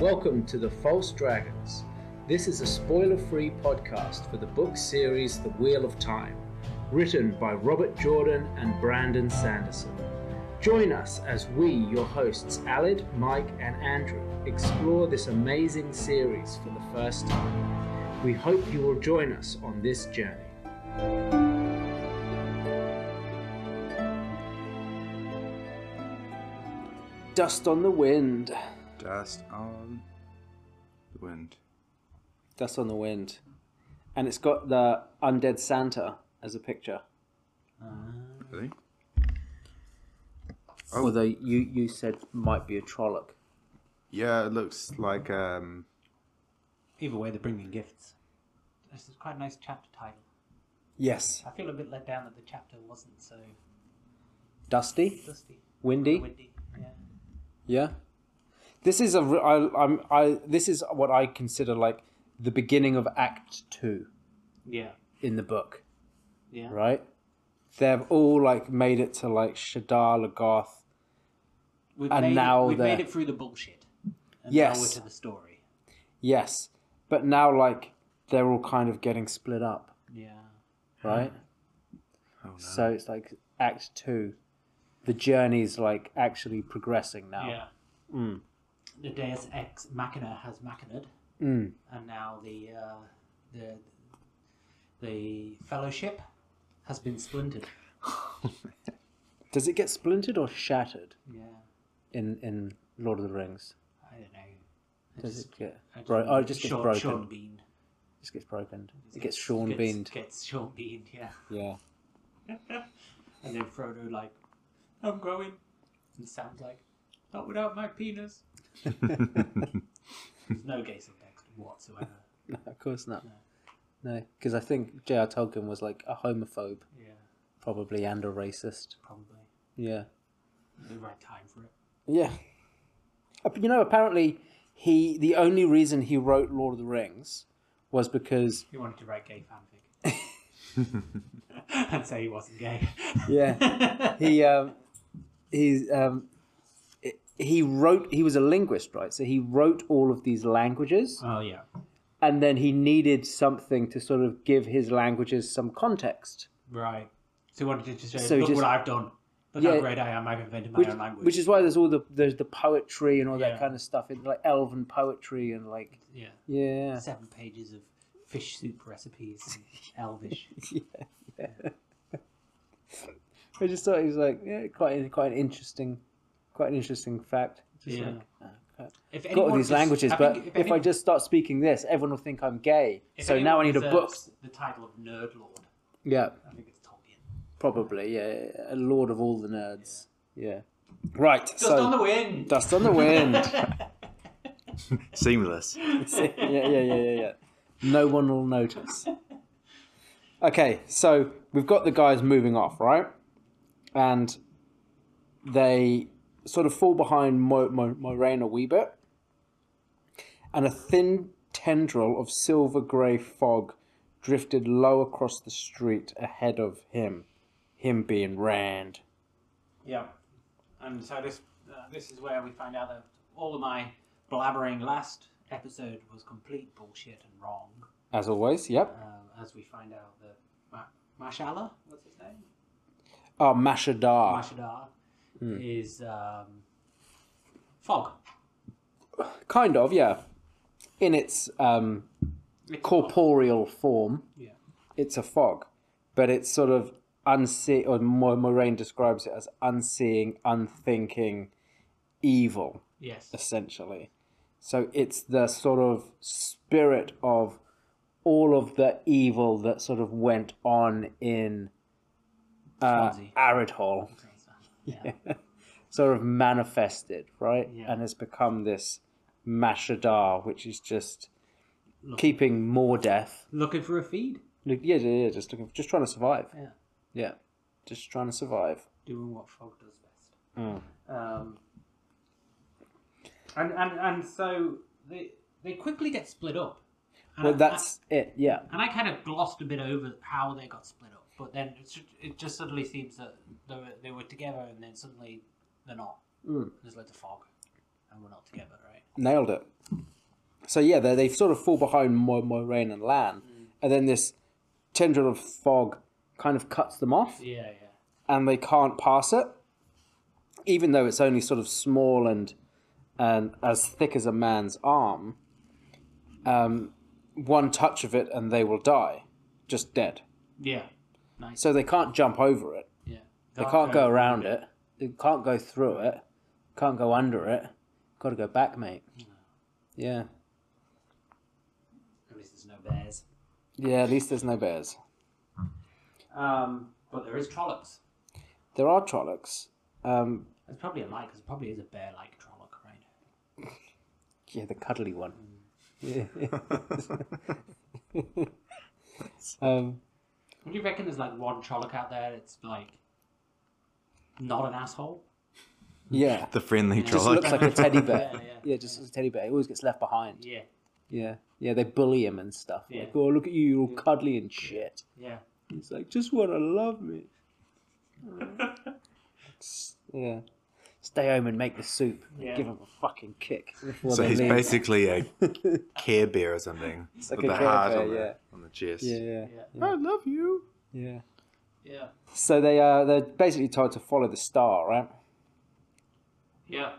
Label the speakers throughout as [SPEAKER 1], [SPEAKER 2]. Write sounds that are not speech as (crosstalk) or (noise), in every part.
[SPEAKER 1] Welcome to The False Dragons. This is a spoiler free podcast for the book series The Wheel of Time, written by Robert Jordan and Brandon Sanderson. Join us as we, your hosts, Alid, Mike, and Andrew, explore this amazing series for the first time. We hope you will join us on this journey. Dust on the wind.
[SPEAKER 2] Dust on the wind.
[SPEAKER 1] Dust on the wind. And it's got the undead Santa as a picture.
[SPEAKER 2] Really?
[SPEAKER 3] Although you, you said might be a Trolloc.
[SPEAKER 2] Yeah, it looks like um
[SPEAKER 4] Either way, they're bringing gifts.
[SPEAKER 5] This is quite a nice chapter title.
[SPEAKER 1] Yes.
[SPEAKER 5] I feel a bit let down that the chapter wasn't so
[SPEAKER 1] Dusty?
[SPEAKER 5] dusty,
[SPEAKER 1] Windy?
[SPEAKER 5] windy. Yeah.
[SPEAKER 1] Yeah. This is a re- I, I'm I this is what I consider like the beginning of act 2
[SPEAKER 5] Yeah.
[SPEAKER 1] in the book,
[SPEAKER 5] Yeah.
[SPEAKER 1] right? They've all like made it to like Shadar Lagoth.
[SPEAKER 5] We've
[SPEAKER 1] And
[SPEAKER 5] made,
[SPEAKER 1] now
[SPEAKER 5] we've
[SPEAKER 1] the-
[SPEAKER 5] made it through the bullshit. And now we're
[SPEAKER 1] Yes.
[SPEAKER 5] to the story.
[SPEAKER 1] Yes. But now like they're all kind of getting split up,
[SPEAKER 5] Yeah.
[SPEAKER 1] right?
[SPEAKER 2] oh no.
[SPEAKER 1] So it's like act 2. The journey's like actually progressing now.
[SPEAKER 5] Yeah.
[SPEAKER 1] Hmm.
[SPEAKER 5] The Deus Ex Machina has machined,
[SPEAKER 1] Mm.
[SPEAKER 5] and now the uh, the the Fellowship has been splintered.
[SPEAKER 1] Does it get splintered or shattered
[SPEAKER 5] Yeah.
[SPEAKER 1] in in Lord of the Rings?
[SPEAKER 5] I don't know. I
[SPEAKER 1] Does
[SPEAKER 5] just-
[SPEAKER 1] it get
[SPEAKER 5] I just
[SPEAKER 1] bro- oh, it just gets
[SPEAKER 5] Sean,
[SPEAKER 1] broken.
[SPEAKER 5] Sean Bean.
[SPEAKER 1] It just gets broken. It gets Sean
[SPEAKER 5] gets,
[SPEAKER 1] Beaned.
[SPEAKER 5] Gets Sean Beaned. Yeah.
[SPEAKER 1] Yeah. (laughs)
[SPEAKER 5] And then Frodo like, I'm growing. And Sam's like, not without my
[SPEAKER 1] (laughs)
[SPEAKER 5] penis. There's no gay subtext whatsoever.
[SPEAKER 1] No, of course not. No, because I think J.R. Tolkien was like a homophobe,
[SPEAKER 5] Yeah,
[SPEAKER 1] probably, and a racist.
[SPEAKER 5] probably.
[SPEAKER 1] Yeah.
[SPEAKER 5] The right time for it.
[SPEAKER 1] Yeah. Uh, You know, apparently, he the only reason he wrote Lord of the Rings was because
[SPEAKER 5] He wanted to write gay fanfic.
[SPEAKER 1] (laughs)
[SPEAKER 5] (laughs) and say he wasn't gay.
[SPEAKER 1] (laughs) yeah he um he um he wrote he was a linguist right so he wrote all of these languages
[SPEAKER 5] Oh, yeah.
[SPEAKER 1] and then he needed something to sort of give his languages some context
[SPEAKER 5] Right. So he wanted to just say,
[SPEAKER 1] So he
[SPEAKER 5] look
[SPEAKER 1] just-
[SPEAKER 5] what I've done. Look
[SPEAKER 1] Yeah.
[SPEAKER 5] how great I am. I've invented my
[SPEAKER 1] which,
[SPEAKER 5] own language.
[SPEAKER 1] which is why there's all the there's the poetry and all that
[SPEAKER 5] Yeah.
[SPEAKER 1] kind of stuff in like elven poetry and like
[SPEAKER 5] yeah.
[SPEAKER 1] yeah
[SPEAKER 5] Seven pages of fish soup recipes and
[SPEAKER 1] (laughs)
[SPEAKER 5] elvish.
[SPEAKER 1] i just thought it was like yeah, quite quite an interesting quite an interesting fact Just
[SPEAKER 5] Yeah.
[SPEAKER 1] like, oh, crap.
[SPEAKER 5] If
[SPEAKER 1] got all
[SPEAKER 5] anyone
[SPEAKER 1] these
[SPEAKER 5] just-
[SPEAKER 1] languages,
[SPEAKER 5] I
[SPEAKER 1] but
[SPEAKER 5] think
[SPEAKER 1] if, I
[SPEAKER 5] any-
[SPEAKER 1] just start speaking this, everyone will think I'm gay.
[SPEAKER 5] if
[SPEAKER 1] So now I
[SPEAKER 5] anyone
[SPEAKER 1] need a book.
[SPEAKER 5] deserves The title of Nerd Lord.
[SPEAKER 1] Yeah,
[SPEAKER 5] I think it's Tolkien.
[SPEAKER 1] probably. Yeah, a lord of all the nerds. Yeah. Right.
[SPEAKER 5] Dust on the wind.
[SPEAKER 1] dust
[SPEAKER 5] (laughs)
[SPEAKER 1] on the wind.
[SPEAKER 2] (laughs) Seamless.
[SPEAKER 1] yeah, yeah, yeah, yeah, yeah. No one will notice. Okay, so we've got the guys moving off, right? And they sort of fall behind Mo- Mo- Moraine a wee bit. And a thin tendril of silver grey fog drifted low across the street ahead of him. Him being Rand.
[SPEAKER 5] Yeah, and so this uh, this is where we find out that all of my blabbering last episode was complete bullshit and wrong.
[SPEAKER 1] As always, yep.
[SPEAKER 5] Um, as we find out that Ma- Mashallah, what's his name?
[SPEAKER 1] Oh, Mashadar.
[SPEAKER 5] Mashadar is um, fog.
[SPEAKER 1] Kind of, yeah. In its um,
[SPEAKER 5] It's
[SPEAKER 1] corporeal form,
[SPEAKER 5] Yeah.
[SPEAKER 1] it's a fog, but it's sort of unsee. Or Mo- Moraine describes it as unseeing, unthinking, evil,
[SPEAKER 5] Yes.
[SPEAKER 1] essentially. So it's the sort of spirit of all of the evil that sort of went on in uh,
[SPEAKER 5] Swansea.
[SPEAKER 1] Arid Hall,
[SPEAKER 5] Yeah.
[SPEAKER 1] (laughs) sort of manifested, right?
[SPEAKER 5] Yeah.
[SPEAKER 1] And has become this Mashadar, which is just
[SPEAKER 5] Look-
[SPEAKER 1] keeping more death.
[SPEAKER 5] Looking for a feed.
[SPEAKER 1] Look- Yeah, yeah, yeah. Just looking, just trying to survive.
[SPEAKER 5] Yeah.
[SPEAKER 1] Yeah, just trying to survive.
[SPEAKER 5] doing what fog does best.
[SPEAKER 1] Mm.
[SPEAKER 5] Um, and, and and so they they quickly get split up. And
[SPEAKER 1] Well,
[SPEAKER 5] I-
[SPEAKER 1] that's it. Yeah,
[SPEAKER 5] and I kind of glossed a bit over how they got split up, but then it's ju- it just suddenly seems that they were, they were together and then suddenly they're not.
[SPEAKER 1] Mm.
[SPEAKER 5] There's loads of fog. and we're not together, right?
[SPEAKER 1] Nailed it. So yeah, they, they sort of fall behind Mo- Moraine and Lan,
[SPEAKER 5] Mm.
[SPEAKER 1] and then this tendril of fog kind of cuts them off,
[SPEAKER 5] Yeah, yeah.
[SPEAKER 1] and they can't pass it, even though it's only sort of small and and as thick as a man's arm. Um, one touch of it, and they will die, just dead.
[SPEAKER 5] Yeah. Nice.
[SPEAKER 1] So they can't jump over it.
[SPEAKER 5] yeah.
[SPEAKER 1] They can't go around it. They can't go through it. Can't go under it. Got to go back, mate. Yeah.
[SPEAKER 5] At least there's no bears.
[SPEAKER 1] Yeah, at least there's no bears.
[SPEAKER 5] Um, but there is Trollocs.
[SPEAKER 1] There are Trollocs. Um,
[SPEAKER 5] There's probably a like, because there probably is a bear like Trolloc, right?
[SPEAKER 1] yeah, the cuddly one. (laughs) um,
[SPEAKER 5] What do you reckon there's like one Trolloc out there that's like not an asshole?
[SPEAKER 1] yeah.
[SPEAKER 2] The friendly
[SPEAKER 5] Just
[SPEAKER 1] Just
[SPEAKER 2] troll.
[SPEAKER 1] looks like a teddy bear.
[SPEAKER 5] Yeah, yeah.
[SPEAKER 1] Yeah, just looks like a teddy bear. He always gets left behind.
[SPEAKER 5] Yeah,
[SPEAKER 1] Yeah. Yeah, they bully him and stuff.
[SPEAKER 5] Yeah.
[SPEAKER 1] Like, oh, look at you, you're all cuddly and shit.
[SPEAKER 5] yeah.
[SPEAKER 1] He's like, just want to love me.
[SPEAKER 5] (laughs)
[SPEAKER 1] S- yeah. Stay home and make the soup.
[SPEAKER 5] Yeah.
[SPEAKER 1] Give him a fucking kick. before
[SPEAKER 2] (laughs) So
[SPEAKER 1] they
[SPEAKER 2] he's
[SPEAKER 1] leave.
[SPEAKER 2] basically a care bear or something. It's
[SPEAKER 1] like a Care Bear,
[SPEAKER 2] on the,
[SPEAKER 1] yeah.
[SPEAKER 2] on the
[SPEAKER 1] (laughs)
[SPEAKER 2] chest.
[SPEAKER 1] Yeah, yeah,
[SPEAKER 5] Yeah.
[SPEAKER 2] I love you.
[SPEAKER 1] yeah.
[SPEAKER 5] Yeah.
[SPEAKER 1] So they uh, they're basically told to follow the star, right?
[SPEAKER 5] Yeah.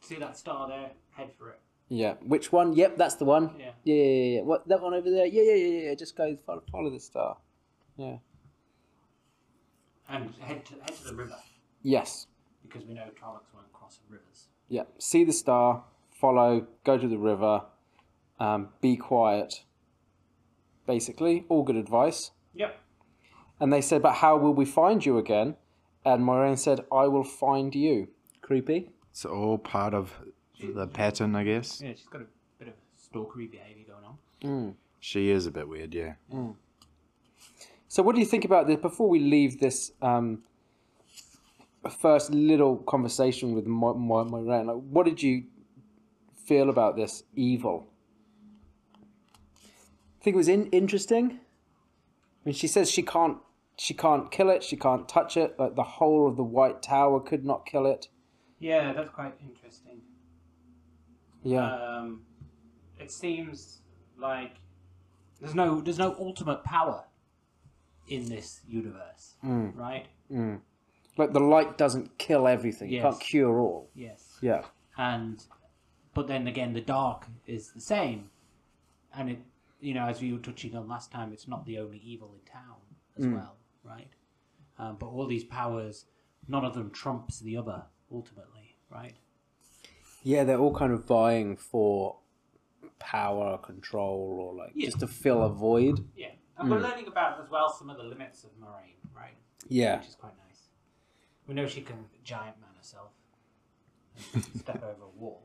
[SPEAKER 5] See that star there? Head for it.
[SPEAKER 1] Yeah. Which one? Yep, that's the one.
[SPEAKER 5] Yeah.
[SPEAKER 1] Yeah, yeah, yeah, yeah. What that one over there? Yeah, yeah, yeah, yeah. yeah. Just go follow, follow the star.
[SPEAKER 5] And head to, head to the river,
[SPEAKER 1] Yes.
[SPEAKER 5] because we know Trollocs won't cross rivers.
[SPEAKER 1] Yeah. See the star. Follow. Go to the river. Um, be quiet. Basically, all good advice.
[SPEAKER 5] Yep.
[SPEAKER 1] And they said, "But how will we find you again?" And Moraine said, "I will find you." Creepy.
[SPEAKER 2] It's all part of the pattern, I guess.
[SPEAKER 5] Yeah, she's got a bit of stalkery behaviour going on.
[SPEAKER 2] She is a bit weird, yeah.
[SPEAKER 1] So, what do you think about this? Before we leave this um, first little conversation with Mo- Mo- Moraine, like, what did you feel about this evil? Think it was in- interesting. I mean, she says she can't, she can't kill it. She can't touch it. Like the whole of the White Tower could not kill it.
[SPEAKER 5] Yeah, that's quite interesting.
[SPEAKER 1] Yeah,
[SPEAKER 5] Um, it seems like there's no there's no ultimate power in this universe, right?
[SPEAKER 1] like the light doesn't kill everything. It
[SPEAKER 5] Yes.
[SPEAKER 1] can't cure all.
[SPEAKER 5] Yes.
[SPEAKER 1] Yeah,
[SPEAKER 5] And but then again, the dark is the same, and it you know as we were touching on last time, it's not the only evil in town as well, right? Um, but all these powers, none of them trumps the other ultimately, right?
[SPEAKER 1] yeah. They're all kind of vying for power or control or like
[SPEAKER 5] Yeah.
[SPEAKER 1] just to fill a void.
[SPEAKER 5] Yeah, and we're learning about as well some of the limits of Moraine, right? (laughs)
[SPEAKER 1] Yeah,
[SPEAKER 5] which is quite nice. We know she can giant man herself, and (laughs) step over a wall,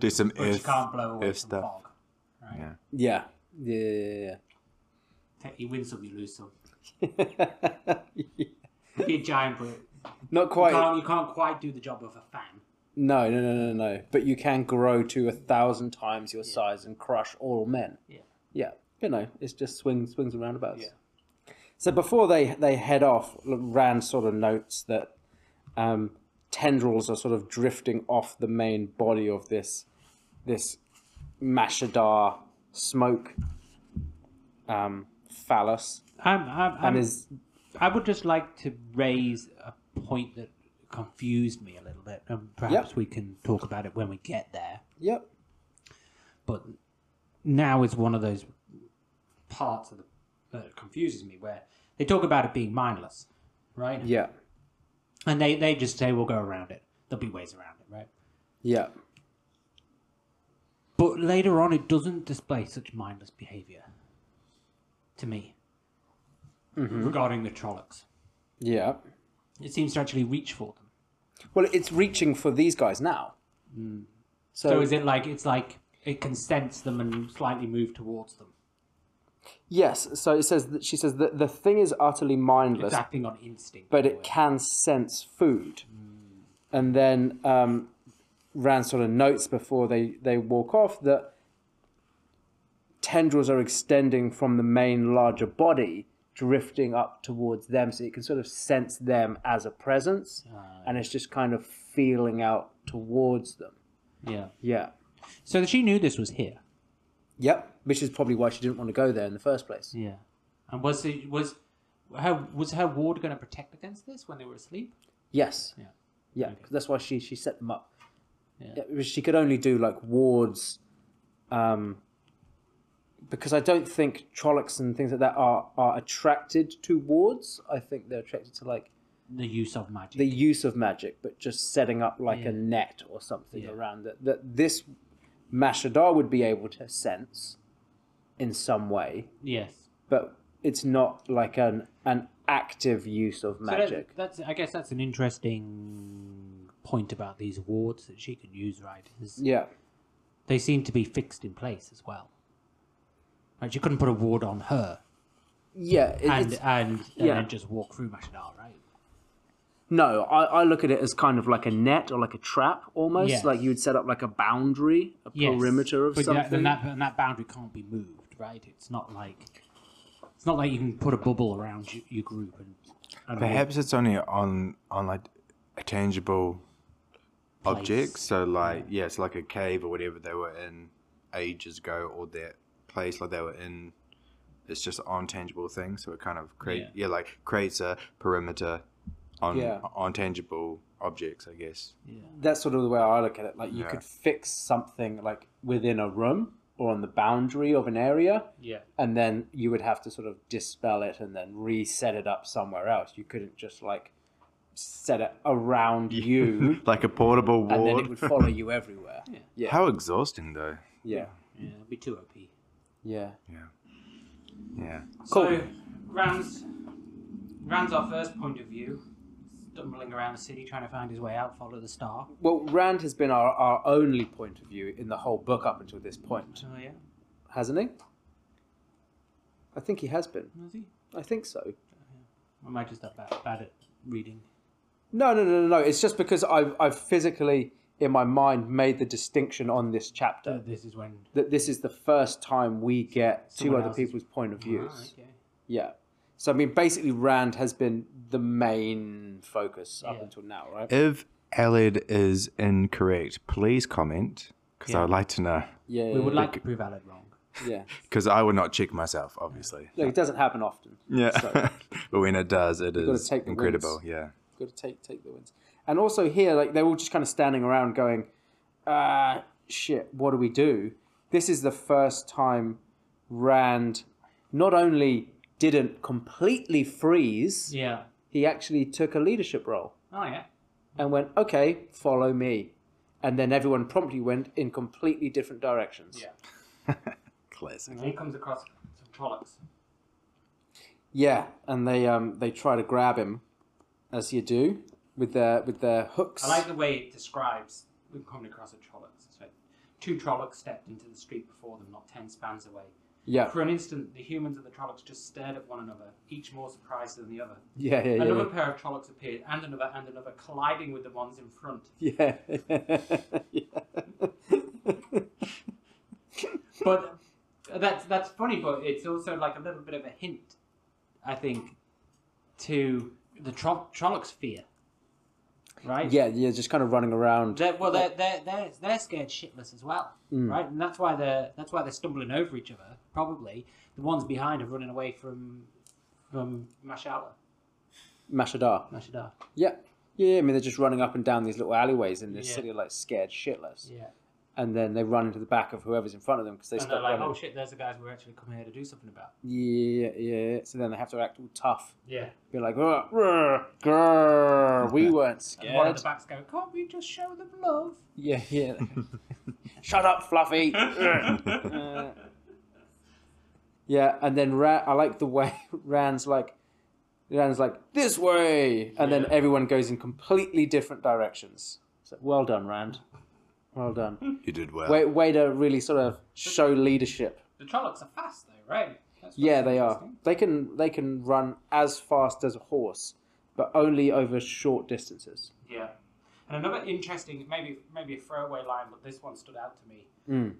[SPEAKER 2] Do some
[SPEAKER 5] but she
[SPEAKER 2] earth.
[SPEAKER 5] can't blow away
[SPEAKER 2] earth
[SPEAKER 5] some
[SPEAKER 2] stuff.
[SPEAKER 5] fog. Right?
[SPEAKER 2] Yeah.
[SPEAKER 1] yeah, yeah, yeah,
[SPEAKER 5] Take- You win some, you lose some.
[SPEAKER 1] yeah, yeah. (laughs)
[SPEAKER 5] Be a giant, but
[SPEAKER 1] Not
[SPEAKER 5] you
[SPEAKER 1] quite.
[SPEAKER 5] can't, you can't quite do the job of a fan.
[SPEAKER 1] No, no, no, no, no. But you can grow to a thousand times your size and crush all men.
[SPEAKER 5] Yeah.
[SPEAKER 1] Yeah, you know, it's just swings, swings and roundabouts. So before they they head off, Rand sort of notes that um, tendrils are sort of drifting off the main body of this this Mashadar smoke um, phallus,
[SPEAKER 5] I'm, I'm,
[SPEAKER 1] and
[SPEAKER 5] I'm,
[SPEAKER 1] is
[SPEAKER 5] I would just like to raise a point that confused me a little bit, and perhaps we can talk about it when we get there.
[SPEAKER 1] yep,
[SPEAKER 5] but now is one of those parts of the that confuses me where they talk about it being mindless, right?
[SPEAKER 1] yeah,
[SPEAKER 5] And they they just say we'll go around it. There'll be ways around it, right?
[SPEAKER 1] yeah.
[SPEAKER 5] But later on, it doesn't display such mindless behavior. To me, regarding the Trollocs,
[SPEAKER 1] Yeah.
[SPEAKER 5] it seems to actually reach for them.
[SPEAKER 1] Well, it's reaching for these guys now. So,
[SPEAKER 5] Hmm. So, is it like it's like it can sense them and slightly move towards them?
[SPEAKER 1] yes, so it says that she says that the thing is utterly mindless,
[SPEAKER 5] It's acting on instinct.
[SPEAKER 1] but
[SPEAKER 5] in a
[SPEAKER 1] it
[SPEAKER 5] way.
[SPEAKER 1] can sense food. And then um, Rand sort of notes before they, they walk off that tendrils are extending from the main larger body, drifting up towards them, so you can sort of sense them as a presence, and it's just kind of feeling out towards them.
[SPEAKER 5] Yeah.
[SPEAKER 1] Yeah.
[SPEAKER 5] So she knew this was here.
[SPEAKER 1] Yep. Which is probably why she didn't want to go there in the first place.
[SPEAKER 5] Yeah. And was it was her was her ward going to protect against this when they were asleep?
[SPEAKER 1] Yes.
[SPEAKER 5] Yeah.
[SPEAKER 1] Yeah. 'cause That's why she she set them up.
[SPEAKER 5] Yeah.
[SPEAKER 1] Yeah, because she could only do like wards, um, because I don't think Trollocs and things like that are are attracted to wards. I think they're attracted to like
[SPEAKER 5] The use of magic.
[SPEAKER 1] the use of magic, but just setting up like
[SPEAKER 5] Yeah.
[SPEAKER 1] a net or something
[SPEAKER 5] Yeah.
[SPEAKER 1] around it that this Mashadar would be able to sense in some way,
[SPEAKER 5] yes.
[SPEAKER 1] but it's not like an an active use of
[SPEAKER 5] So that-
[SPEAKER 1] magic.
[SPEAKER 5] that's I guess that's an interesting point about these wards that she can use, right? Is
[SPEAKER 1] yeah,
[SPEAKER 5] They seem to be fixed in place as well. Right, she couldn't put a ward on her
[SPEAKER 1] yeah. It,
[SPEAKER 5] and
[SPEAKER 1] it's,
[SPEAKER 5] and, and
[SPEAKER 1] yeah.
[SPEAKER 5] then just walk through Machadar, right?
[SPEAKER 1] no, I, I look at it as kind of like a net or like a trap almost.
[SPEAKER 5] Yes.
[SPEAKER 1] Like you would set up like a boundary, a perimeter of
[SPEAKER 5] but
[SPEAKER 1] something.
[SPEAKER 5] That, then that, and that boundary can't be moved, right? It's not like it's not like you can put a bubble around you, your group and, and
[SPEAKER 2] Perhaps it's only on on like a tangible object. So like yeah. it's like a cave or whatever they were in ages ago, or that place like they were in. It's just on tangible things, so it kind of create yeah, like creates a perimeter on
[SPEAKER 1] Yeah.
[SPEAKER 2] on tangible objects, I guess.
[SPEAKER 1] that's sort of the way I look at it. Like you could fix something like within a room or on the boundary of an area,
[SPEAKER 5] Yeah.
[SPEAKER 1] and then you would have to sort of dispel it and then reset it up somewhere else. You couldn't just like set it around you
[SPEAKER 2] (laughs) Like a portable
[SPEAKER 1] and then it
[SPEAKER 2] ward.
[SPEAKER 1] would follow you everywhere. Yeah. Yeah.
[SPEAKER 2] How exhausting though.
[SPEAKER 1] Yeah.
[SPEAKER 5] Yeah, it'd be too OP.
[SPEAKER 2] Yeah.
[SPEAKER 5] So Rand's Rand's our first point of view, stumbling around the city trying to find his way out, follow the star.
[SPEAKER 1] Well, Rand has been our, our only point of view in the whole book up until this point,
[SPEAKER 5] Oh yeah,
[SPEAKER 1] hasn't he? I think he has been.
[SPEAKER 5] was he?
[SPEAKER 1] I think so.
[SPEAKER 5] Or am I just that bad, bad at reading?
[SPEAKER 1] No, no, no, no, no. It's just because I've, I've physically, in my mind, made the distinction on this chapter
[SPEAKER 5] That this is when.
[SPEAKER 1] that this is the first time we get two
[SPEAKER 5] Hmm. Someone
[SPEAKER 1] other
[SPEAKER 5] else's-
[SPEAKER 1] people's point of views.
[SPEAKER 5] Ah, okay.
[SPEAKER 1] Yeah. So, I mean, basically, Rand has been the main focus up
[SPEAKER 5] Yeah.
[SPEAKER 1] until now, right?
[SPEAKER 2] If Aled is incorrect, please comment because
[SPEAKER 5] Yeah.
[SPEAKER 2] I'd like to know.
[SPEAKER 1] Yeah.
[SPEAKER 5] We would like to prove Aled wrong.
[SPEAKER 1] Yeah.
[SPEAKER 2] Because I would not check myself, obviously.
[SPEAKER 1] Look, it doesn't happen often.
[SPEAKER 2] Yeah.
[SPEAKER 1] So, (laughs) you've
[SPEAKER 2] but when it does, it
[SPEAKER 1] gotta
[SPEAKER 2] is
[SPEAKER 1] take the
[SPEAKER 2] incredible.
[SPEAKER 1] wins.
[SPEAKER 2] Yeah.
[SPEAKER 1] got to take, take the wins. And also here, like, they're all just kind of standing around going, uh, shit, what do we do? This is the first time Rand not only didn't completely freeze,
[SPEAKER 5] Yeah.
[SPEAKER 1] he actually took a leadership role
[SPEAKER 5] Oh yeah.
[SPEAKER 1] and went, okay, follow me. And then everyone promptly went in completely different directions.
[SPEAKER 5] Yeah.
[SPEAKER 2] Classic.
[SPEAKER 1] (laughs)
[SPEAKER 5] And he comes across some Trollocs.
[SPEAKER 1] Yeah, and they um they try to grab him, as you do, with their with their hooks.
[SPEAKER 5] I like the way it describes we've come across a Trolloc. So two Trollocs stepped into the street before them, not ten spans away.
[SPEAKER 1] yeah,
[SPEAKER 5] For an instant, the humans and the Trollocs just stared at one another, each more surprised than the other.
[SPEAKER 1] yeah, yeah,
[SPEAKER 5] another
[SPEAKER 1] yeah,
[SPEAKER 5] pair of Trollocs appeared, and another, and another, colliding with the ones in front.
[SPEAKER 1] yeah. (laughs) yeah.
[SPEAKER 5] But that's that's funny, but it's also like a little bit of a hint, I think, to the tro- Trollocs' fear, right?
[SPEAKER 1] yeah, yeah, just kind of running around.
[SPEAKER 5] They're, well, they're, they're, they're, they're scared shitless as well,
[SPEAKER 1] Mm.
[SPEAKER 5] right? And that's why they're that's why they're stumbling over each other. Probably the ones behind are running away from from Mashala,
[SPEAKER 1] Mashadar.
[SPEAKER 5] Mashadar.
[SPEAKER 1] Yeah. yeah, yeah. I mean, they're just running up and down these little alleyways in this
[SPEAKER 5] Yeah.
[SPEAKER 1] city, like scared shitless.
[SPEAKER 5] Yeah,
[SPEAKER 1] And then they run into the back of whoever's in front of them because they
[SPEAKER 5] and they're
[SPEAKER 1] stop
[SPEAKER 5] like,
[SPEAKER 1] running.
[SPEAKER 5] oh shit, there's the guys we're actually coming here to do something about.
[SPEAKER 1] Yeah, yeah. So then they have to act all tough.
[SPEAKER 5] Yeah,
[SPEAKER 1] Be like, "Ruh, ruh, grr, we weren't
[SPEAKER 5] and one
[SPEAKER 1] scared.
[SPEAKER 5] of the backs go, can't we just show them love?
[SPEAKER 1] Yeah, yeah. Shut up, (laughs) Fluffy. Uh, yeah, and then Ra- I like the way (laughs) Rand's like, Rand's like this way, and then everyone goes in completely different directions. So well done, Rand. Well (laughs) done.
[SPEAKER 2] You did well.
[SPEAKER 1] Way, way to really sort of show leadership.
[SPEAKER 5] The Trollocs are fast though, right? That's what's
[SPEAKER 1] Yeah, they are.
[SPEAKER 5] interesting.
[SPEAKER 1] They can they can run as fast as a horse, but only over short distances.
[SPEAKER 5] Yeah. And another interesting, maybe maybe a throwaway line, but this one stood out to me,
[SPEAKER 1] Mm.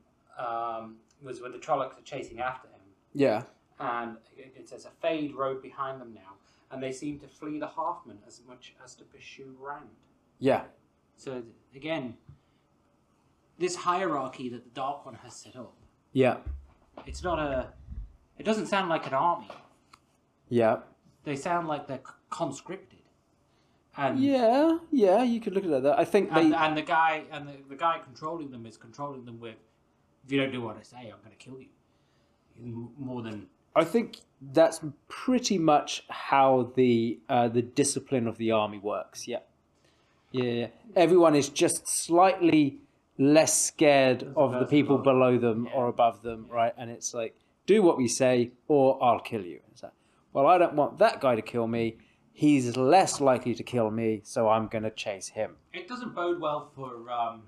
[SPEAKER 5] um, was when the Trollocs are chasing after him.
[SPEAKER 1] Yeah.
[SPEAKER 5] And it it says a fade road behind them now, and they seem to flee the Halfman as much as to pursue Rand.
[SPEAKER 1] Yeah.
[SPEAKER 5] So again, this hierarchy that the Dark One has set up,
[SPEAKER 1] Yeah.
[SPEAKER 5] it's not a. It doesn't sound like an army.
[SPEAKER 1] Yeah.
[SPEAKER 5] They sound like they're c- conscripted, and
[SPEAKER 1] Yeah. Yeah. You could look at it like that. I think they.
[SPEAKER 5] and, and the guy and the, the guy controlling them is controlling them with, if you don't do what I say, I'm going to kill you. M- More than
[SPEAKER 1] I think that's pretty much how the uh, the discipline of the army works. Yeah. Yeah, yeah. Everyone is just slightly less scared of the
[SPEAKER 5] person
[SPEAKER 1] people
[SPEAKER 5] above.
[SPEAKER 1] below them or above them, right? And it's like, do what we say, or I'll kill you. It's like, well, I don't want that guy to kill me. He's less likely to kill me, so I'm going to chase him.
[SPEAKER 5] it doesn't bode well for um,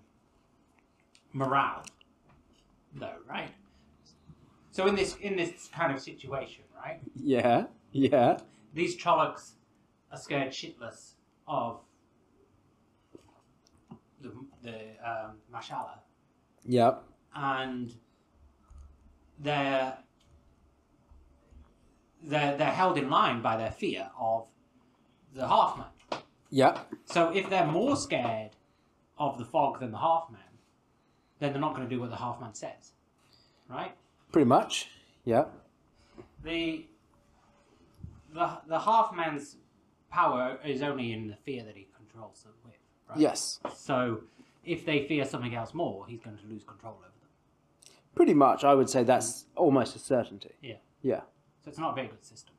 [SPEAKER 5] morale, though, right? So in this in this kind of situation, right?
[SPEAKER 1] Yeah, yeah.
[SPEAKER 5] these Trollocs are scared shitless of the, the um, Mashala,
[SPEAKER 1] Yep.
[SPEAKER 5] and they're, they're they're held in line by their fear of the Halfman.
[SPEAKER 1] Yep.
[SPEAKER 5] So if they're more scared of the fog than the Halfman, then they're not going to do what the Halfman says, right?
[SPEAKER 1] Pretty much. Yep.
[SPEAKER 5] the the the half man's power is only in the fear that he controls them with. Right?
[SPEAKER 1] Yes.
[SPEAKER 5] So if they fear something else more, he's going to lose control over them.
[SPEAKER 1] Pretty much, I would say that's almost a certainty.
[SPEAKER 5] Yeah.
[SPEAKER 1] Yeah.
[SPEAKER 5] So it's not a very good system.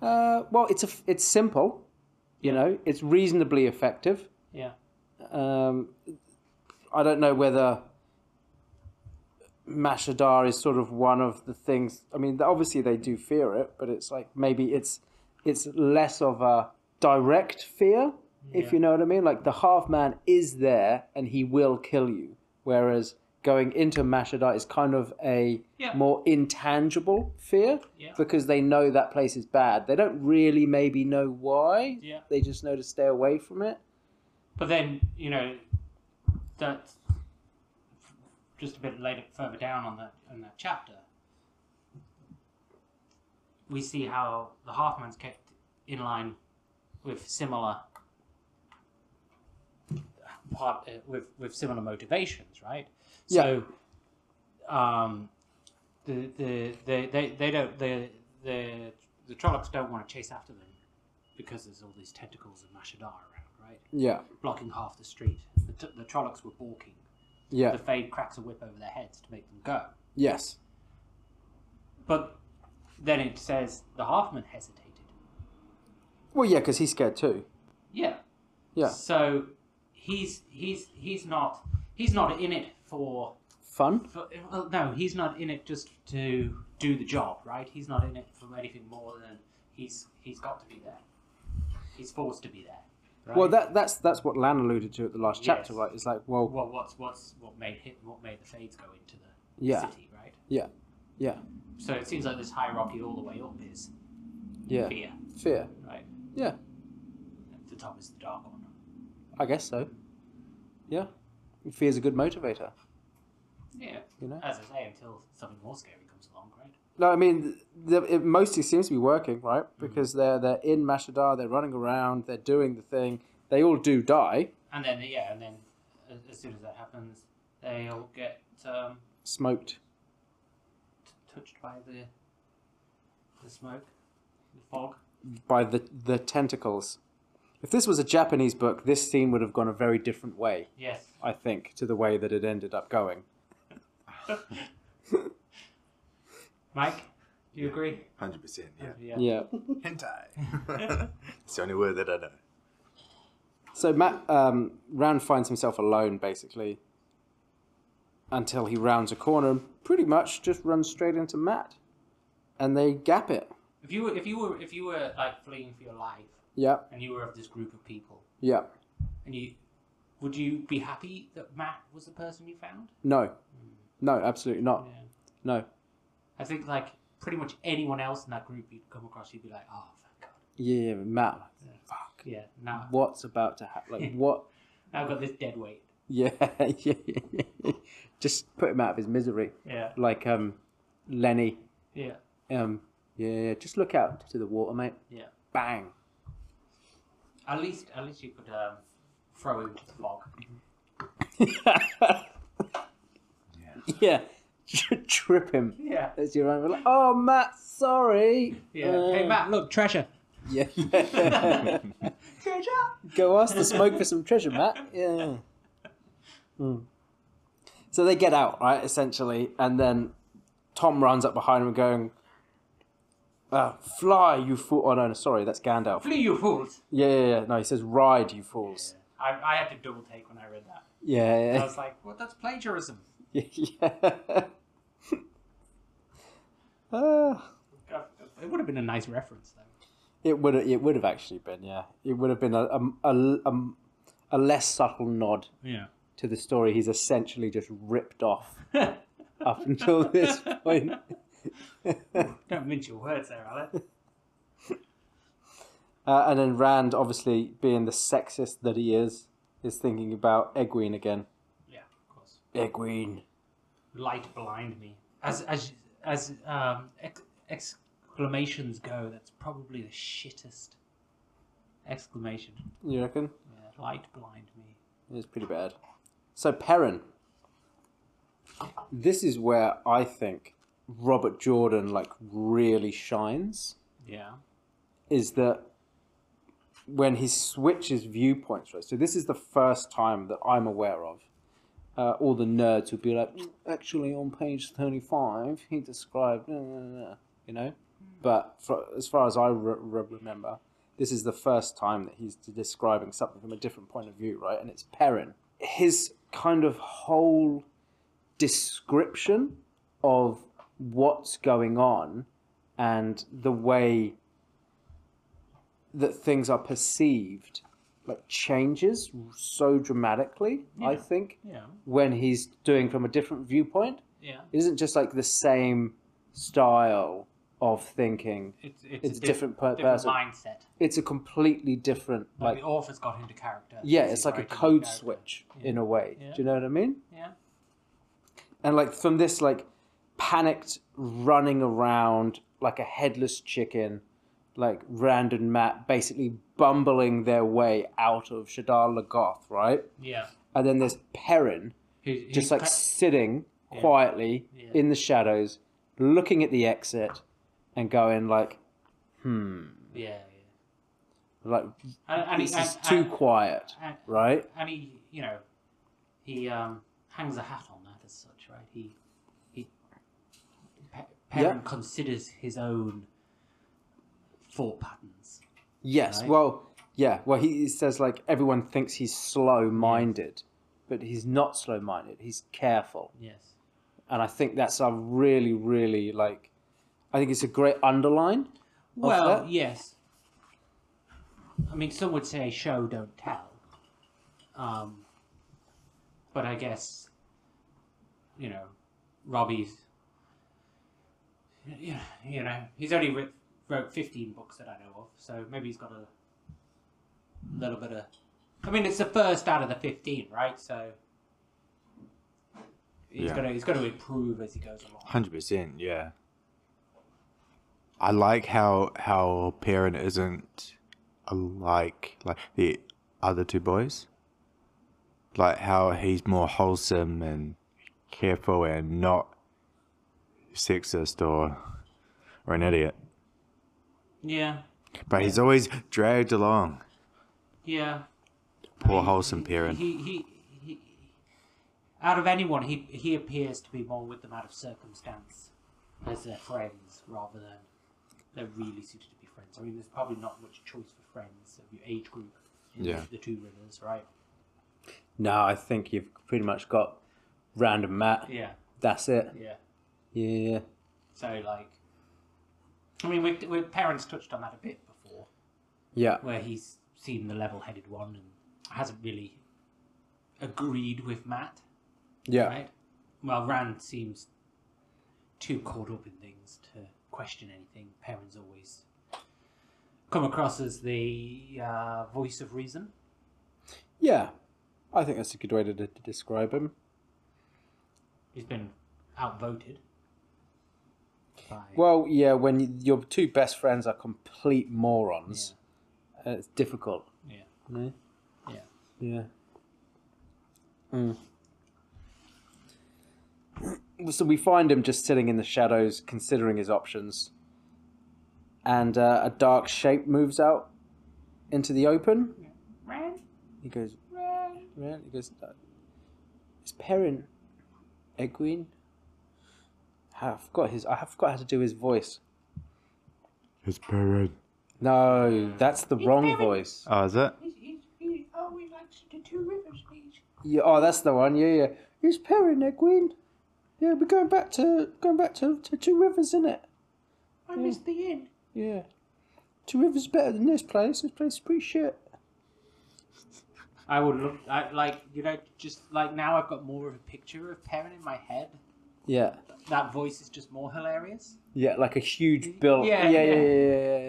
[SPEAKER 1] Uh, well, it's a, it's simple, you know. It's reasonably effective.
[SPEAKER 5] Yeah.
[SPEAKER 1] Um, I don't know whether Mashadar is sort of one of the things. I mean, obviously they do fear it, but it's like maybe it's it's less of a direct fear, if you know what I mean. Like the half man is there and he will kill you, whereas going into Mashadar is kind of a
[SPEAKER 5] Yeah.
[SPEAKER 1] more intangible fear
[SPEAKER 5] Yeah.
[SPEAKER 1] because they know that place is bad. They don't really maybe know why.
[SPEAKER 5] Yeah.
[SPEAKER 1] They just know to stay away from it.
[SPEAKER 5] But then you know that just a bit later, further down on that on that chapter, we see how the half man's kept in line with similar part uh, with with similar motivations, right? So, um, the the they they, they don't the the the Trollocs don't want to chase after them because there's all these tentacles of Mashadar around, right?
[SPEAKER 1] Yeah.
[SPEAKER 5] blocking half the street. The, t- the Trollocs were balking.
[SPEAKER 1] Yeah.
[SPEAKER 5] The Fade cracks a whip over their heads to make them go.
[SPEAKER 1] Yes.
[SPEAKER 5] But then it says the Halfman hesitated.
[SPEAKER 1] Well, yeah, because he's scared too.
[SPEAKER 5] Yeah.
[SPEAKER 1] Yeah.
[SPEAKER 5] So he's he's he's not he's not in it for,
[SPEAKER 1] Fun.
[SPEAKER 5] for well, no he's not in it just to do the job right. He's not in it for anything more than he's he's got to be there. He's forced to be there. Right?
[SPEAKER 1] Well, that that's that's what Lan alluded to at the last chapter,
[SPEAKER 5] Yes.
[SPEAKER 1] right? It's like, well,
[SPEAKER 5] well what's what's what made him, what made the Fades go into the
[SPEAKER 1] Yeah.
[SPEAKER 5] city right.
[SPEAKER 1] yeah, yeah,
[SPEAKER 5] So it seems like this hierarchy all the way up is
[SPEAKER 1] yeah,
[SPEAKER 5] fear,
[SPEAKER 1] fear.
[SPEAKER 5] right?
[SPEAKER 1] Yeah,
[SPEAKER 5] At the top is the dark one.
[SPEAKER 1] I guess so. Yeah, fear's a good motivator.
[SPEAKER 5] Yeah.
[SPEAKER 1] You know?
[SPEAKER 5] As I say, until something more scary comes along, right?
[SPEAKER 1] No, I mean, the, it mostly seems to be working, right?
[SPEAKER 5] Mm-hmm.
[SPEAKER 1] Because they're they're in Mashadar, they're running around, they're doing the thing. They all do die,
[SPEAKER 5] And then yeah, and then a- as soon as that happens, they all get um,
[SPEAKER 1] smoked.
[SPEAKER 5] t- touched by the the smoke, the fog.
[SPEAKER 1] by the the tentacles. If this was a Japanese book, this scene would have gone a very different way,
[SPEAKER 5] Yes.
[SPEAKER 1] I think, to the way that it ended up going.
[SPEAKER 5] Mike, do you agree?
[SPEAKER 2] Hundred percent. Yeah.
[SPEAKER 1] Yeah.
[SPEAKER 2] Hentai. (laughs) it's the only word that I know.
[SPEAKER 1] So Matt um, Rand finds himself alone basically until he rounds a corner and pretty much just runs straight into Matt, and they gap it.
[SPEAKER 5] If you were, if you were, if you were like fleeing for your life,
[SPEAKER 1] Yep.
[SPEAKER 5] and you were of this group of people,
[SPEAKER 1] Yep.
[SPEAKER 5] and you, would you be happy that Matt was the person you found?
[SPEAKER 1] No. No, absolutely not.
[SPEAKER 5] Yeah.
[SPEAKER 1] No.
[SPEAKER 5] I think like pretty much anyone else in that group you'd come across, you'd be like, oh, thank God.
[SPEAKER 1] Yeah, Matt. Fuck.
[SPEAKER 5] Yeah, now,
[SPEAKER 1] What's about to happen?
[SPEAKER 5] (laughs)
[SPEAKER 1] Like what?
[SPEAKER 5] now I've got this dead weight.
[SPEAKER 1] Yeah, (laughs) yeah, yeah, yeah. Just put him out of his misery.
[SPEAKER 5] Yeah,
[SPEAKER 1] like um Lenny.
[SPEAKER 5] yeah,
[SPEAKER 1] Um yeah, yeah, just look out to the water, mate.
[SPEAKER 5] yeah.
[SPEAKER 1] Bang.
[SPEAKER 5] At least, at least you could um, throw him to the bog.
[SPEAKER 1] (laughs) yeah, (laughs) trip him.
[SPEAKER 5] Yeah.
[SPEAKER 1] That's your own. Like, oh, Matt, sorry.
[SPEAKER 5] Yeah.
[SPEAKER 1] Uh,
[SPEAKER 5] hey Matt, look, treasure.
[SPEAKER 1] Yeah. (laughs) yeah. (laughs)
[SPEAKER 5] Treasure.
[SPEAKER 1] Go ask the smoke for some treasure, Matt. Yeah. Hmm. So they get out, right, essentially, and then Tom runs up behind him going, uh, fly, you fool. Oh, no, no, sorry, that's Gandalf.
[SPEAKER 5] Flee, you fools.
[SPEAKER 1] Yeah, yeah, yeah. No, he says, ride, you fools.
[SPEAKER 5] I, I had to double take when I read that.
[SPEAKER 1] Yeah,
[SPEAKER 5] I
[SPEAKER 1] yeah,
[SPEAKER 5] was like, well, that's plagiarism.
[SPEAKER 1] yeah. (laughs) yeah. (laughs) Ah.
[SPEAKER 5] It would have been a nice reference, though.
[SPEAKER 1] It would it would have actually been yeah. It would have been a a, a, a- a less subtle nod
[SPEAKER 5] Yeah.
[SPEAKER 1] to the story he's essentially just ripped off up until this point.
[SPEAKER 5] Don't mince your words there, Alec.
[SPEAKER 1] Uh, and then Rand, obviously being the sexist that he is, is thinking about Egwene again.
[SPEAKER 5] (laughs) yeah, of course.
[SPEAKER 1] Egwene.
[SPEAKER 5] Light blind me. As as as um, ex- exclamations go, that's probably the shittest exclamation.
[SPEAKER 1] You reckon?
[SPEAKER 5] Yeah, light blind me.
[SPEAKER 1] It's pretty bad. So Perrin. This is where I think Robert Jordan like really shines.
[SPEAKER 5] Yeah.
[SPEAKER 1] is that when he switches viewpoints, right? So this is the first time that I'm aware of. Uh, all the nerds would be like, "Mm, actually, on page thirty-five, he described, uh, uh, uh," you know. But for, as far as I re- re- remember, this is the first time that he's describing something from a different point of view, right? And it's Perrin. His kind of whole description of what's going on and the way that things are perceived like changes so dramatically i
[SPEAKER 5] Yeah.
[SPEAKER 1] think
[SPEAKER 5] Yeah.
[SPEAKER 1] when he's doing from a different viewpoint
[SPEAKER 5] Yeah.
[SPEAKER 1] it isn't just like the same style of thinking
[SPEAKER 5] It's it's,
[SPEAKER 1] It's a
[SPEAKER 5] diff-
[SPEAKER 1] different per-
[SPEAKER 5] different
[SPEAKER 1] person.
[SPEAKER 5] mindset.
[SPEAKER 1] it's a completely different like
[SPEAKER 5] Like, the author's got into character.
[SPEAKER 1] yeah
[SPEAKER 5] He's
[SPEAKER 1] it's like a
[SPEAKER 5] writing the
[SPEAKER 1] code
[SPEAKER 5] character.
[SPEAKER 1] switch
[SPEAKER 5] Yeah.
[SPEAKER 1] in a way
[SPEAKER 5] Yeah.
[SPEAKER 1] do you know what i mean
[SPEAKER 5] Yeah.
[SPEAKER 1] and like from this like panicked running around like a headless chicken like rand and matt basically bumbling their way out of shadar lagoth right
[SPEAKER 5] Yeah.
[SPEAKER 1] and then there's perrin
[SPEAKER 5] He's, he's
[SPEAKER 1] just like
[SPEAKER 5] ca-
[SPEAKER 1] sitting
[SPEAKER 5] Yeah.
[SPEAKER 1] quietly
[SPEAKER 5] Yeah.
[SPEAKER 1] in the shadows looking at the exit and going like hmm
[SPEAKER 5] yeah. yeah.
[SPEAKER 1] like
[SPEAKER 5] And, and,
[SPEAKER 1] this
[SPEAKER 5] he,
[SPEAKER 1] is
[SPEAKER 5] and,
[SPEAKER 1] too
[SPEAKER 5] and-
[SPEAKER 1] quiet
[SPEAKER 5] and-
[SPEAKER 1] right
[SPEAKER 5] and he, you know, he um, hangs a hat on that as such, right? He, he, Pe- Perrin considers his own thought patterns.
[SPEAKER 1] Yes.
[SPEAKER 5] right?
[SPEAKER 1] Well, yeah. Well, he, he says like everyone thinks he's slow-minded, but he's not slow-minded. He's careful,
[SPEAKER 5] Yes.
[SPEAKER 1] and I think that's a really, really like. I think it's a great underline. Of
[SPEAKER 5] Well,
[SPEAKER 1] that?
[SPEAKER 5] yes. I mean, some would say show, don't tell. Um, but I guess, you know, Robbie's, you know, you know he's only writ, wrote 15 books that I know of, so maybe he's got a little bit of. I mean, it's the first out of the 15, right? So. He's
[SPEAKER 2] Yeah.
[SPEAKER 5] gonna he's gonna improve as he goes along.
[SPEAKER 2] Hundred percent, yeah. I like how how Perrin isn't like like the other two boys. Like how he's more wholesome and careful and not sexist or or an idiot.
[SPEAKER 5] Yeah,
[SPEAKER 2] But he's always dragged along.
[SPEAKER 5] yeah.
[SPEAKER 2] Poor
[SPEAKER 5] mean,
[SPEAKER 2] wholesome
[SPEAKER 5] he-
[SPEAKER 2] Perrin.
[SPEAKER 5] He, he, he, out of anyone, he he appears to be more with them out of circumstance as their friends rather than they're really suited to be friends. I mean, there's probably not much choice for friends of your age group. in
[SPEAKER 2] Yeah.
[SPEAKER 5] The two rivers, right?
[SPEAKER 1] No, I think you've pretty much got random Matt.
[SPEAKER 5] Yeah,
[SPEAKER 1] That's it.
[SPEAKER 5] yeah.
[SPEAKER 1] Yeah.
[SPEAKER 5] So like, I mean, we've, we've parents touched on that a bit before,
[SPEAKER 1] Yeah.
[SPEAKER 5] where he's seen the level-headed one and hasn't really agreed with Matt.
[SPEAKER 1] Yeah.
[SPEAKER 5] Right. Well, Rand seems too caught up in things to question anything. Perrin's always come across as the uh, voice of reason.
[SPEAKER 1] Yeah. I think that's a good way to, to describe him.
[SPEAKER 5] He's been outvoted. By,
[SPEAKER 1] Well, yeah. When your two best friends are complete morons, uh, it's difficult.
[SPEAKER 5] yeah,
[SPEAKER 1] you know?
[SPEAKER 5] yeah.
[SPEAKER 1] Yeah. Mm. So we find him just sitting in the shadows, considering his options. And uh, a dark shape moves out into the open.
[SPEAKER 5] Ren?
[SPEAKER 1] He goes, Ren. He goes, "Uh, his parent, Egwene. I forgot his. I forgot how to do his voice.
[SPEAKER 2] His parent.
[SPEAKER 1] No, that's the wrong voice.
[SPEAKER 2] Oh, is it?
[SPEAKER 5] He's, he's, he's, oh, he likes the two rivers, please.
[SPEAKER 1] Yeah, oh, that's the one. Yeah, yeah. Who's pairing there, Gwyn? Yeah, we're going back to going back to, to Two Rivers, isn't it?
[SPEAKER 5] I miss the inn.
[SPEAKER 1] Yeah. Two Rivers is better than this place. This place is pretty shit.
[SPEAKER 5] I would look I, like you know just like now I've got more of a picture of Perrin in my head.
[SPEAKER 1] Yeah.
[SPEAKER 5] That voice is just more hilarious.
[SPEAKER 1] Yeah, like a huge bill.
[SPEAKER 5] Yeah,
[SPEAKER 1] yeah, yeah,
[SPEAKER 5] yeah.
[SPEAKER 1] yeah, yeah,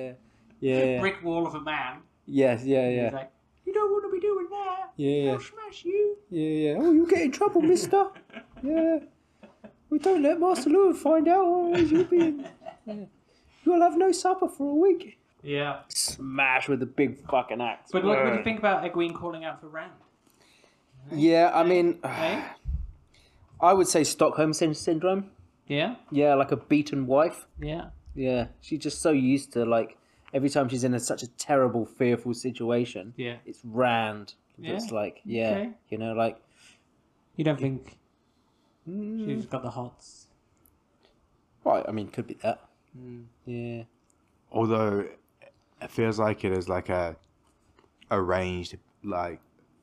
[SPEAKER 1] yeah. Yeah.
[SPEAKER 5] Brick wall of a man.
[SPEAKER 1] Yes, yeah,
[SPEAKER 5] He's
[SPEAKER 1] yeah.
[SPEAKER 5] like, you don't want to be doing that.
[SPEAKER 1] Yeah, yeah.
[SPEAKER 5] I'll smash you.
[SPEAKER 1] Yeah, yeah. Oh, you get in
[SPEAKER 5] (laughs)
[SPEAKER 1] trouble, mister. Yeah. We don't let Master Lewin find out, otherwise you'll be (laughs) in. Yeah. You'll have no supper for a week.
[SPEAKER 5] (laughs) Yeah.
[SPEAKER 1] Smash with a big fucking axe.
[SPEAKER 5] But what, what do you think about Egwene calling out for Rand?
[SPEAKER 1] Yeah, I mean,
[SPEAKER 5] Eh?
[SPEAKER 1] I would say Stockholm syn- syndrome.
[SPEAKER 5] (sighs) Yeah.
[SPEAKER 1] Yeah, like a beaten wife.
[SPEAKER 5] Yeah.
[SPEAKER 1] Yeah, she's just so used to like every time she's in a, such a terrible, fearful situation,
[SPEAKER 5] Yeah.
[SPEAKER 1] it's Rand. It's
[SPEAKER 5] Yeah,
[SPEAKER 1] like, yeah,
[SPEAKER 5] okay.
[SPEAKER 1] you know, like
[SPEAKER 5] You don't think she's got the hots?
[SPEAKER 1] right. I mean, could be that.
[SPEAKER 5] Hmm.
[SPEAKER 1] Yeah,
[SPEAKER 2] Although it feels like it is like a arranged like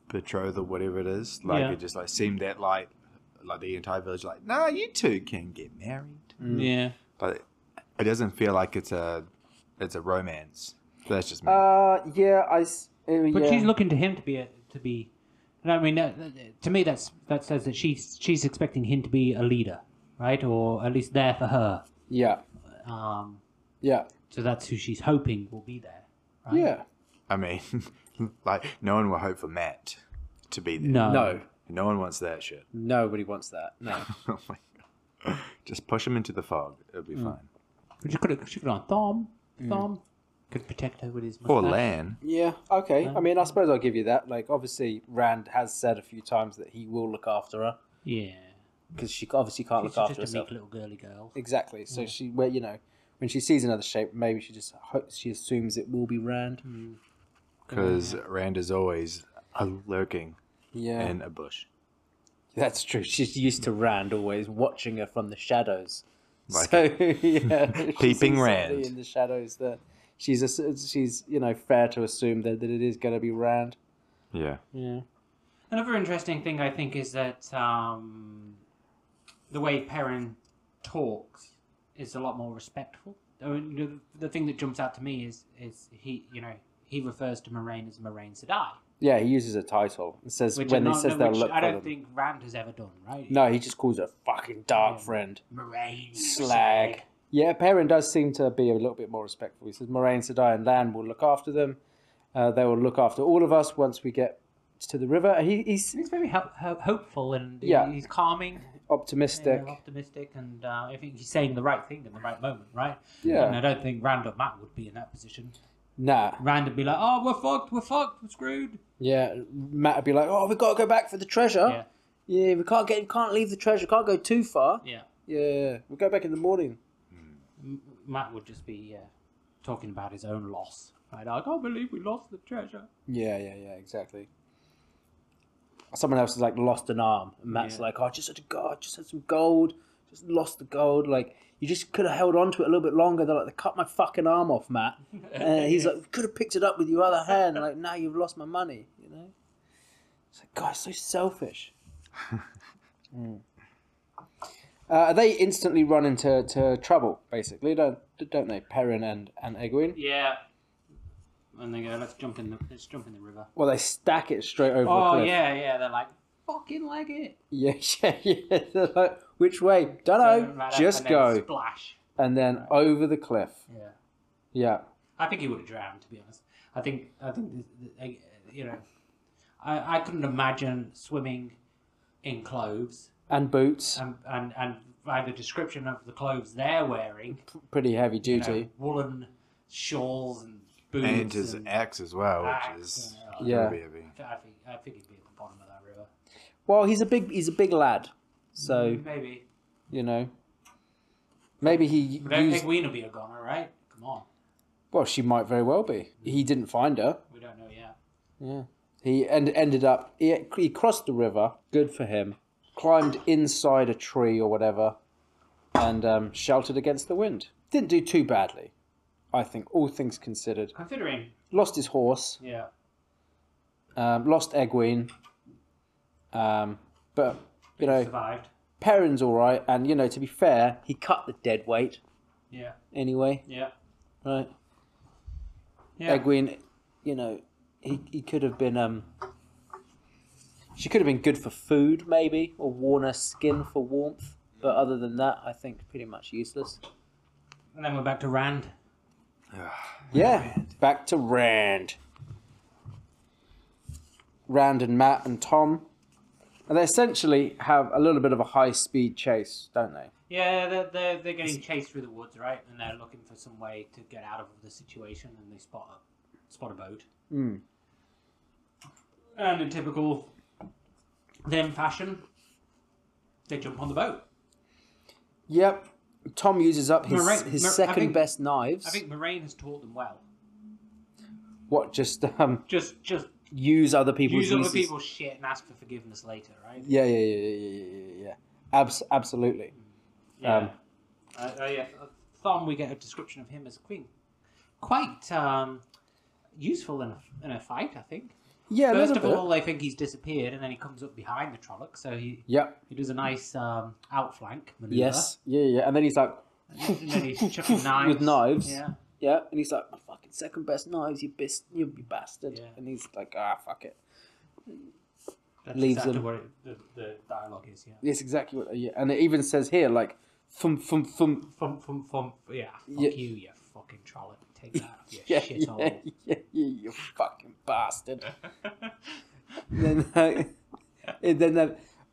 [SPEAKER 2] betrothal, whatever it is. Like
[SPEAKER 5] Yeah.
[SPEAKER 2] it just like seemed that like like the entire village like, nah, you two can get married.
[SPEAKER 1] Mm.
[SPEAKER 5] Yeah.
[SPEAKER 2] But it doesn't feel like it's a it's a romance. That's just me.
[SPEAKER 1] uh, yeah, I. s- Uh,
[SPEAKER 5] But
[SPEAKER 1] yeah.
[SPEAKER 5] she's looking to him to be a, to be. And I mean, that, that- to me, that's that says that she's she's expecting him to be a leader, right? Or at least there for her.
[SPEAKER 1] yeah,
[SPEAKER 5] Um,
[SPEAKER 1] yeah,
[SPEAKER 5] so that's who she's hoping will be there. Right?
[SPEAKER 1] yeah.
[SPEAKER 2] I mean, (laughs) like no one will hope for Matt to be there.
[SPEAKER 5] No.
[SPEAKER 1] No,
[SPEAKER 2] No one wants that shit. (laughs)
[SPEAKER 1] nobody wants that.
[SPEAKER 5] (laughs)
[SPEAKER 1] No.
[SPEAKER 2] oh my god. Just push him into the fog. It'll
[SPEAKER 5] Mm.
[SPEAKER 2] be fine.
[SPEAKER 5] She could have. She could have Thom.
[SPEAKER 1] Mm.
[SPEAKER 5] Thom could protect her with his mustache.
[SPEAKER 2] Or Lan.
[SPEAKER 1] yeah. Okay. I mean, I suppose I'll give you that. Like, obviously, Rand has said a few times that he will look after her
[SPEAKER 5] Yeah.
[SPEAKER 1] because she obviously can't
[SPEAKER 5] She's
[SPEAKER 1] look after
[SPEAKER 5] just a
[SPEAKER 1] herself.
[SPEAKER 5] meek little girly girl.
[SPEAKER 1] Exactly. So she, well, you know, when she sees another shape, maybe she just hopes she assumes it will be Rand.
[SPEAKER 5] Hmm.
[SPEAKER 1] Mm-hmm.
[SPEAKER 2] Because Rand is always uh, lurking
[SPEAKER 1] Yeah,
[SPEAKER 2] in a bush.
[SPEAKER 1] (laughs) that's true. She's used to Rand always watching her from the shadows.
[SPEAKER 2] Like
[SPEAKER 1] so (laughs)
[SPEAKER 2] (laughs)
[SPEAKER 1] yeah, she
[SPEAKER 2] Peeping
[SPEAKER 1] sees somebody
[SPEAKER 2] Rand.
[SPEAKER 1] in the shadows. That she's ass- she's you know fair to assume that, that it is going to be Rand.
[SPEAKER 2] Yeah.
[SPEAKER 1] Yeah.
[SPEAKER 5] Another interesting thing I think is that um, the way Perrin talks is a lot more respectful. I mean, the, the thing that jumps out to me is is he you know he refers to Moraine as Moraine Sedai,
[SPEAKER 1] Yeah, he uses a title and says
[SPEAKER 5] which,
[SPEAKER 1] when
[SPEAKER 5] are
[SPEAKER 1] he
[SPEAKER 5] not-
[SPEAKER 1] says they'll
[SPEAKER 5] which
[SPEAKER 1] look
[SPEAKER 5] I
[SPEAKER 1] for
[SPEAKER 5] don't
[SPEAKER 1] them.
[SPEAKER 5] think Rand has ever done, right?
[SPEAKER 1] No, he just calls her fucking dark
[SPEAKER 5] Yeah.
[SPEAKER 1] friend.
[SPEAKER 5] Moraine
[SPEAKER 1] Slag. Yeah, Perrin does seem to be a little bit more respectful. He says Moraine, Sedai, and Lan will look after them. Uh, they will look after all of us once we get to the river. And He, he's
[SPEAKER 5] He's very ho- ho- hopeful and
[SPEAKER 1] Yeah.
[SPEAKER 5] he's calming, and
[SPEAKER 1] optimistic.
[SPEAKER 5] optimistic, and uh, I think he's saying the right thing in the right moment, right?
[SPEAKER 1] Yeah.
[SPEAKER 5] And I don't think Rand or Matt would be in that position.
[SPEAKER 1] Nah.
[SPEAKER 5] Rand would be like, "Oh, we're fucked, we're fucked, we're screwed."
[SPEAKER 1] Yeah. Matt would be like, "Oh, we got to go back for the treasure. Yeah. we can't get, can't leave the treasure. Can't go too far.
[SPEAKER 5] Yeah, yeah.
[SPEAKER 1] Yeah, we'll go back in the morning.
[SPEAKER 5] M- Matt would just be uh, talking about his own loss. Right? I can't believe we lost the treasure.
[SPEAKER 1] Yeah, yeah, yeah, exactly. Someone else has like lost an arm, and Matt's
[SPEAKER 5] Yeah.
[SPEAKER 1] like, "Oh, I just had to go. I just had some gold. Just lost the gold. Like you just could have held on to it a little bit longer." They're like, "They cut my fucking arm off,
[SPEAKER 5] (laughs)
[SPEAKER 1] Matt." And he's like, "Could have picked it up with your other hand." Like now you've lost my money. You know. It's like, God, it's so
[SPEAKER 5] (laughs)
[SPEAKER 1] selfish. Mm. Uh, they instantly run into to trouble, basically, don't don't they? Perrin and and Egwene.
[SPEAKER 5] Yeah. And they go, "Let's jump in the let's jump in the river."
[SPEAKER 1] Well, they stack it straight over. a
[SPEAKER 5] Oh
[SPEAKER 1] cliff.
[SPEAKER 5] yeah, yeah. They're like, "Fucking leg it."
[SPEAKER 1] Yeah, (laughs) yeah, yeah. They're like, Which way? Dunno.
[SPEAKER 5] Going right up
[SPEAKER 1] Just
[SPEAKER 5] and then
[SPEAKER 1] go.
[SPEAKER 5] Splash.
[SPEAKER 1] And then over the cliff.
[SPEAKER 5] Yeah.
[SPEAKER 1] Yeah.
[SPEAKER 5] I think he would have drowned, to be honest. I think, I think, th- th- I- you know, I, I couldn't imagine swimming in clothes
[SPEAKER 1] And boots.
[SPEAKER 5] and, and, and by the description of the clothes they're wearing,
[SPEAKER 1] Pretty heavy
[SPEAKER 5] you
[SPEAKER 1] duty.
[SPEAKER 5] know, woolen shawls and boots.
[SPEAKER 2] And his
[SPEAKER 5] and
[SPEAKER 2] axe as well,
[SPEAKER 5] axe
[SPEAKER 2] which is
[SPEAKER 5] and- oh, But
[SPEAKER 1] Yeah.
[SPEAKER 2] Be heavy.
[SPEAKER 5] I, thi- I think I think he'd be at the bottom of that river.
[SPEAKER 1] Well, he's a big he's a big lad, so
[SPEAKER 5] Maybe.
[SPEAKER 1] you know. Maybe he
[SPEAKER 5] Mm-hmm. But I don't
[SPEAKER 1] used.
[SPEAKER 5] think Ween will be a goner, right? Come on.
[SPEAKER 1] Well, she might very well be. He didn't find her.
[SPEAKER 5] We don't know yet.
[SPEAKER 1] Yeah. He end, ended up, he, he crossed the river, good for him, climbed inside a tree or whatever, and um, sheltered against the wind. Didn't do too badly, I think, all things considered.
[SPEAKER 5] Considering,
[SPEAKER 1] Lost his horse,
[SPEAKER 5] yeah.
[SPEAKER 1] um, lost Egwene, um, but, you know,
[SPEAKER 5] Survived.
[SPEAKER 1] Perrin's all right, and, you know, to be fair, he cut the dead weight
[SPEAKER 5] Yeah.
[SPEAKER 1] anyway,
[SPEAKER 5] Yeah.
[SPEAKER 1] right?
[SPEAKER 5] Yeah.
[SPEAKER 1] Egwene, you know, he, he could have been um she could have been good for food maybe, or worn her skin for warmth. But other than that, I think pretty much useless.
[SPEAKER 5] And then we're back to Rand.
[SPEAKER 1] Yeah. Back to Rand. Rand and Matt and Tom. And they essentially have a little bit of a high speed chase, don't they?
[SPEAKER 5] Yeah, they're, they're, they're getting chased through the woods, right? And they're looking for some way to get out of the situation, and they spot a spot a boat.
[SPEAKER 1] Mm.
[SPEAKER 5] And in typical them fashion, they jump on the boat.
[SPEAKER 1] Yep. Tom uses up his,
[SPEAKER 5] Moraine-
[SPEAKER 1] his
[SPEAKER 5] Mor- I
[SPEAKER 1] second
[SPEAKER 5] think-
[SPEAKER 1] best knives.
[SPEAKER 5] I think Moraine has taught them well.
[SPEAKER 1] What just um
[SPEAKER 5] Just just
[SPEAKER 1] use other people's
[SPEAKER 5] use other
[SPEAKER 1] uses.
[SPEAKER 5] people's shit and ask for forgiveness later, right?
[SPEAKER 1] Yeah, yeah, yeah, yeah, yeah, yeah, yeah, yeah. Abs- absolutely.
[SPEAKER 5] Yeah.
[SPEAKER 1] Um,
[SPEAKER 5] uh, uh, yeah. Thom, we get a description of him as queen, quite um, useful in a, in a fight, I think.
[SPEAKER 1] Yeah,
[SPEAKER 5] First
[SPEAKER 1] a
[SPEAKER 5] of
[SPEAKER 1] little bit.
[SPEAKER 5] all, they think he's disappeared, and then he comes up behind the Trolloc, so he,
[SPEAKER 1] Yep.
[SPEAKER 5] he does a nice um, outflank maneuver.
[SPEAKER 1] Yes. Yeah, yeah. And then he's like,
[SPEAKER 5] And then
[SPEAKER 1] (laughs)
[SPEAKER 5] he's chucking knives.
[SPEAKER 1] With knives.
[SPEAKER 5] Yeah.
[SPEAKER 1] yeah, and he's like, my fucking second best knives, you bis- you, you bastard.
[SPEAKER 5] Yeah.
[SPEAKER 1] And he's like, ah, fuck it.
[SPEAKER 5] That's
[SPEAKER 1] Leaves
[SPEAKER 5] exactly
[SPEAKER 1] them.
[SPEAKER 5] what it, the, the dialogue is, yeah.
[SPEAKER 1] That's exactly what. Yeah. And it even says here, like, thum thum thum.
[SPEAKER 5] Thump, thump, thump. Yeah, fuck
[SPEAKER 1] Yeah.
[SPEAKER 5] you, you fucking Trolloc. Take that off your
[SPEAKER 1] (laughs) (laughs) Yeah, yeah,
[SPEAKER 5] shithole.
[SPEAKER 1] yeah, yeah, you fucking bastard. And then, uh, (laughs) and then uh,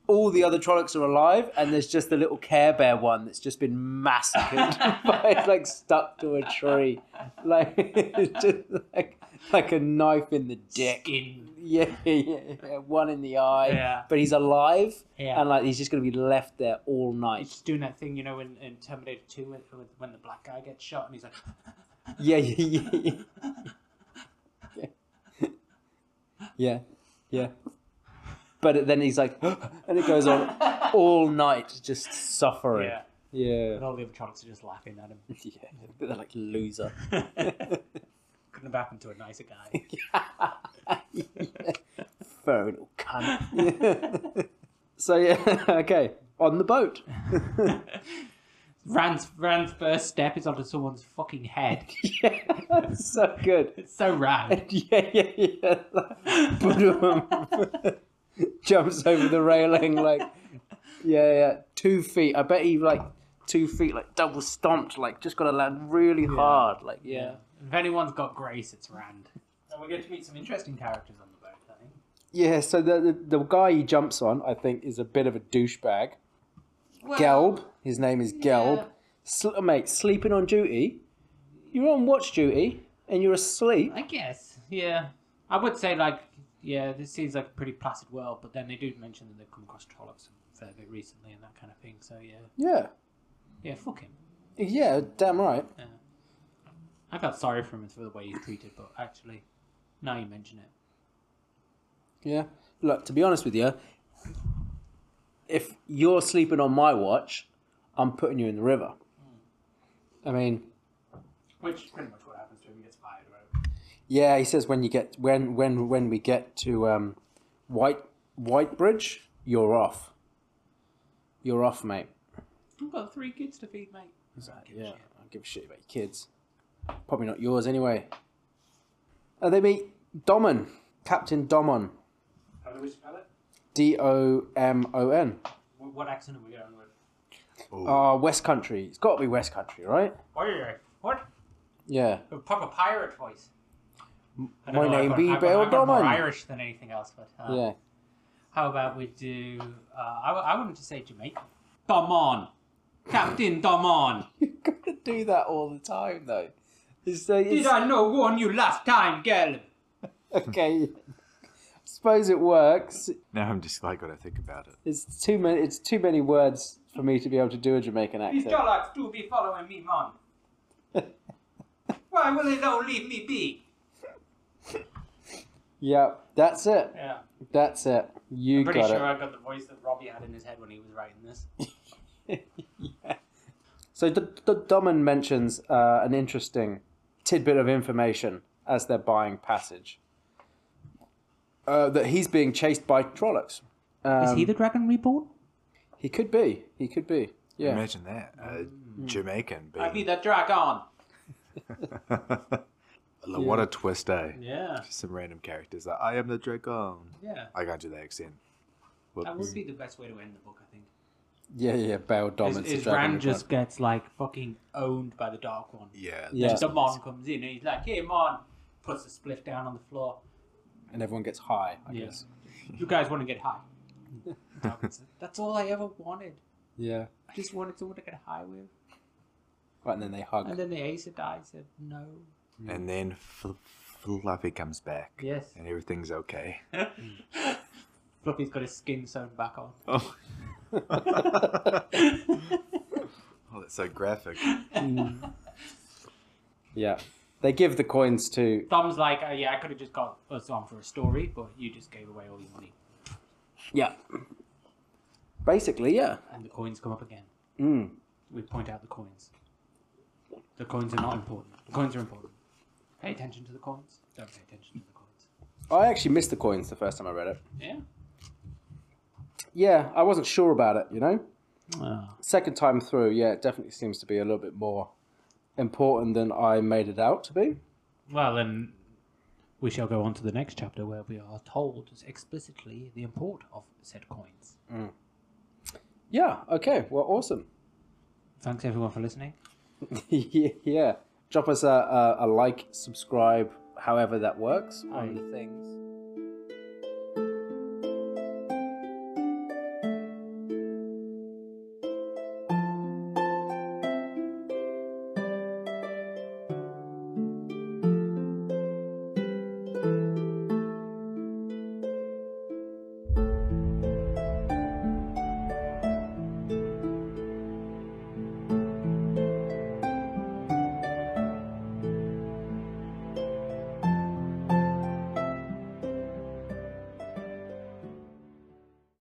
[SPEAKER 1] all the other Trollocs are alive, and there's just the little Care Bear one that's just been massacred (laughs) by like stuck to a tree, like (laughs) it's just like like a knife in the dick. (laughs)
[SPEAKER 5] Skin.
[SPEAKER 1] Yeah, yeah, yeah, one in the eye.
[SPEAKER 5] Yeah.
[SPEAKER 1] But he's alive,
[SPEAKER 5] Yeah.
[SPEAKER 1] and like he's just gonna be left there all
[SPEAKER 5] He's
[SPEAKER 1] night.
[SPEAKER 5] just doing that thing, you know, in, in Terminator 2 when, when- when the black guy gets shot and he's like,
[SPEAKER 1] Yeah, yeah, yeah, yeah, yeah, yeah. But then he's like, (gasps) and it goes on all night, just suffering.
[SPEAKER 5] yeah.
[SPEAKER 1] Yeah.
[SPEAKER 5] And all the other Trollocs are just laughing at him.
[SPEAKER 1] (laughs) yeah. They're like loser.
[SPEAKER 5] Couldn't have happened to a nicer guy.
[SPEAKER 1] Furry little cunt. (laughs) so yeah, okay. On the boat. (laughs)
[SPEAKER 5] Rand's, Rand's first step is onto someone's fucking head.
[SPEAKER 1] yeah, (laughs) that's so good.
[SPEAKER 5] It's so rad.
[SPEAKER 1] (laughs) yeah, yeah, yeah. Like, boom. (laughs) jumps over the railing like, yeah, yeah. Two feet. I bet he like two feet, like double stomped, like just got to land really hard. Like, yeah.
[SPEAKER 5] If anyone's got grace, it's Rand. And we're going to meet some interesting characters on the boat, I think.
[SPEAKER 1] Yeah. So the the, the guy he jumps on, I think, is a bit of a douchebag.
[SPEAKER 5] Well,
[SPEAKER 1] Gelb. His name is Gelb.
[SPEAKER 5] Yeah.
[SPEAKER 1] Sl- mate, sleeping on duty. You're on watch duty and you're asleep.
[SPEAKER 5] I guess, yeah. I would say, like, yeah, this seems like a pretty placid world, but then they do mention that they've come across Trollocs a fair bit recently and that kind of thing, so yeah.
[SPEAKER 1] Yeah.
[SPEAKER 5] Yeah, fuck him.
[SPEAKER 1] Yeah, damn right.
[SPEAKER 5] I felt sorry for him for the way he's treated, but actually, now you mention it.
[SPEAKER 1] Yeah. Look, to be honest with you, if you're sleeping on my watch, I'm putting you in the river. I mean,
[SPEAKER 5] Which is pretty much what happens to him. He gets fired, right?
[SPEAKER 1] yeah, he says when you get when when when we get to um, White Whitebridge, you're off. You're off, mate.
[SPEAKER 5] I've got three kids to feed, mate.
[SPEAKER 1] Yeah, I don't give a shit about your kids. Probably not yours anyway. And they meet Domon, Captain Domon,
[SPEAKER 5] How do we spell it?
[SPEAKER 1] D O M O N.
[SPEAKER 5] What, what accent are we going with?
[SPEAKER 1] Ah, West Country. It's got to be West Country, right?
[SPEAKER 5] Warrior. What?
[SPEAKER 1] Yeah.
[SPEAKER 5] A proper pirate voice.
[SPEAKER 1] my
[SPEAKER 5] I don't know, I've
[SPEAKER 1] name
[SPEAKER 5] got-
[SPEAKER 1] be
[SPEAKER 5] I've got-
[SPEAKER 1] Bill
[SPEAKER 5] I've got More
[SPEAKER 1] Drummond.
[SPEAKER 5] Irish than anything else, but uh,
[SPEAKER 1] Yeah.
[SPEAKER 5] how about we do? Uh, I, w- I wanted to say Jamaica. Domon, Captain Domon.
[SPEAKER 1] (laughs) You've got to do that all the time, though. It's, uh,
[SPEAKER 5] Did
[SPEAKER 1] it's,
[SPEAKER 5] I know warn you last time, girl?
[SPEAKER 1] okay. suppose it works.
[SPEAKER 2] Now I'm just like, gotta think about it.
[SPEAKER 1] It's too many. It's too many words for me to be able to do a Jamaican
[SPEAKER 5] These
[SPEAKER 1] accent.
[SPEAKER 5] Jollards do be following me, man.
[SPEAKER 1] (laughs)
[SPEAKER 5] Why will they not leave me be?
[SPEAKER 1] Yeah, that's it.
[SPEAKER 5] Yeah.
[SPEAKER 1] That's it. You
[SPEAKER 5] I'm pretty
[SPEAKER 1] got
[SPEAKER 5] sure
[SPEAKER 1] it.
[SPEAKER 5] I got the voice that Robbie had in his head when he was writing this.
[SPEAKER 1] So D- D- Domin mentions uh, an interesting tidbit of information as they're buying passage. Uh, that he's being chased by Trollocs. Um,
[SPEAKER 5] Is he the Dragon Reborn?
[SPEAKER 1] He could be. He could be. Yeah.
[SPEAKER 2] Imagine that. A Jamaican being.
[SPEAKER 5] I Mm. be the dragon.
[SPEAKER 2] (laughs) Like, What a twist, eh?
[SPEAKER 5] Yeah,
[SPEAKER 2] Just Some random characters like, I am the dragon.
[SPEAKER 5] yeah.
[SPEAKER 2] I can't do that accent.
[SPEAKER 5] That would be the best way to end the book, I think.
[SPEAKER 1] Yeah, yeah. Bow Domin's the
[SPEAKER 5] Is
[SPEAKER 1] dragon
[SPEAKER 5] Ran
[SPEAKER 1] reborn.
[SPEAKER 5] just gets like fucking owned by the Dark One.
[SPEAKER 2] Yeah.
[SPEAKER 1] Yeah.
[SPEAKER 5] The Mon comes in and he's like, "Hey, Mon," puts the spliff down on the floor.
[SPEAKER 1] and everyone gets high. I
[SPEAKER 5] Yeah.
[SPEAKER 1] guess.
[SPEAKER 5] You guys want to get (laughs) high? Dark says, That's all I ever wanted.
[SPEAKER 1] Yeah.
[SPEAKER 5] I just wanted someone to get high with.
[SPEAKER 1] Right, and then they hug.
[SPEAKER 5] And then the Aes Sedai said, "No."
[SPEAKER 2] And then Fl- Fluffy comes back.
[SPEAKER 5] Yes.
[SPEAKER 2] And everything's okay. (laughs)
[SPEAKER 5] Fluffy's got his skin sewn back on.
[SPEAKER 2] Oh. oh, that's so graphic.
[SPEAKER 1] (laughs) Mm. yeah. They give the coins to.
[SPEAKER 5] Dom's like, oh, "Yeah, I could have just got us on for a story, but you just gave away all your money."
[SPEAKER 1] Yeah. Basically, yeah.
[SPEAKER 5] And the coins come up again.
[SPEAKER 1] Mm.
[SPEAKER 5] we point out the coins. The coins are not important. The coins are important. Pay attention to the coins. Don't pay attention to the coins.
[SPEAKER 1] I actually missed the coins the first time I read it.
[SPEAKER 5] Yeah.
[SPEAKER 1] Yeah, I wasn't sure about it, you know?
[SPEAKER 5] Ah.
[SPEAKER 1] Second time through, yeah, it definitely seems to be a little bit more important than I made it out to be.
[SPEAKER 5] well, then we shall go on to the next chapter where we are told explicitly the import of said coins.
[SPEAKER 1] Yeah, okay, well, awesome. (laughs)
[SPEAKER 5] Thanks everyone for listening.
[SPEAKER 1] yeah. Drop us a, a, a like, subscribe, however that works on the things.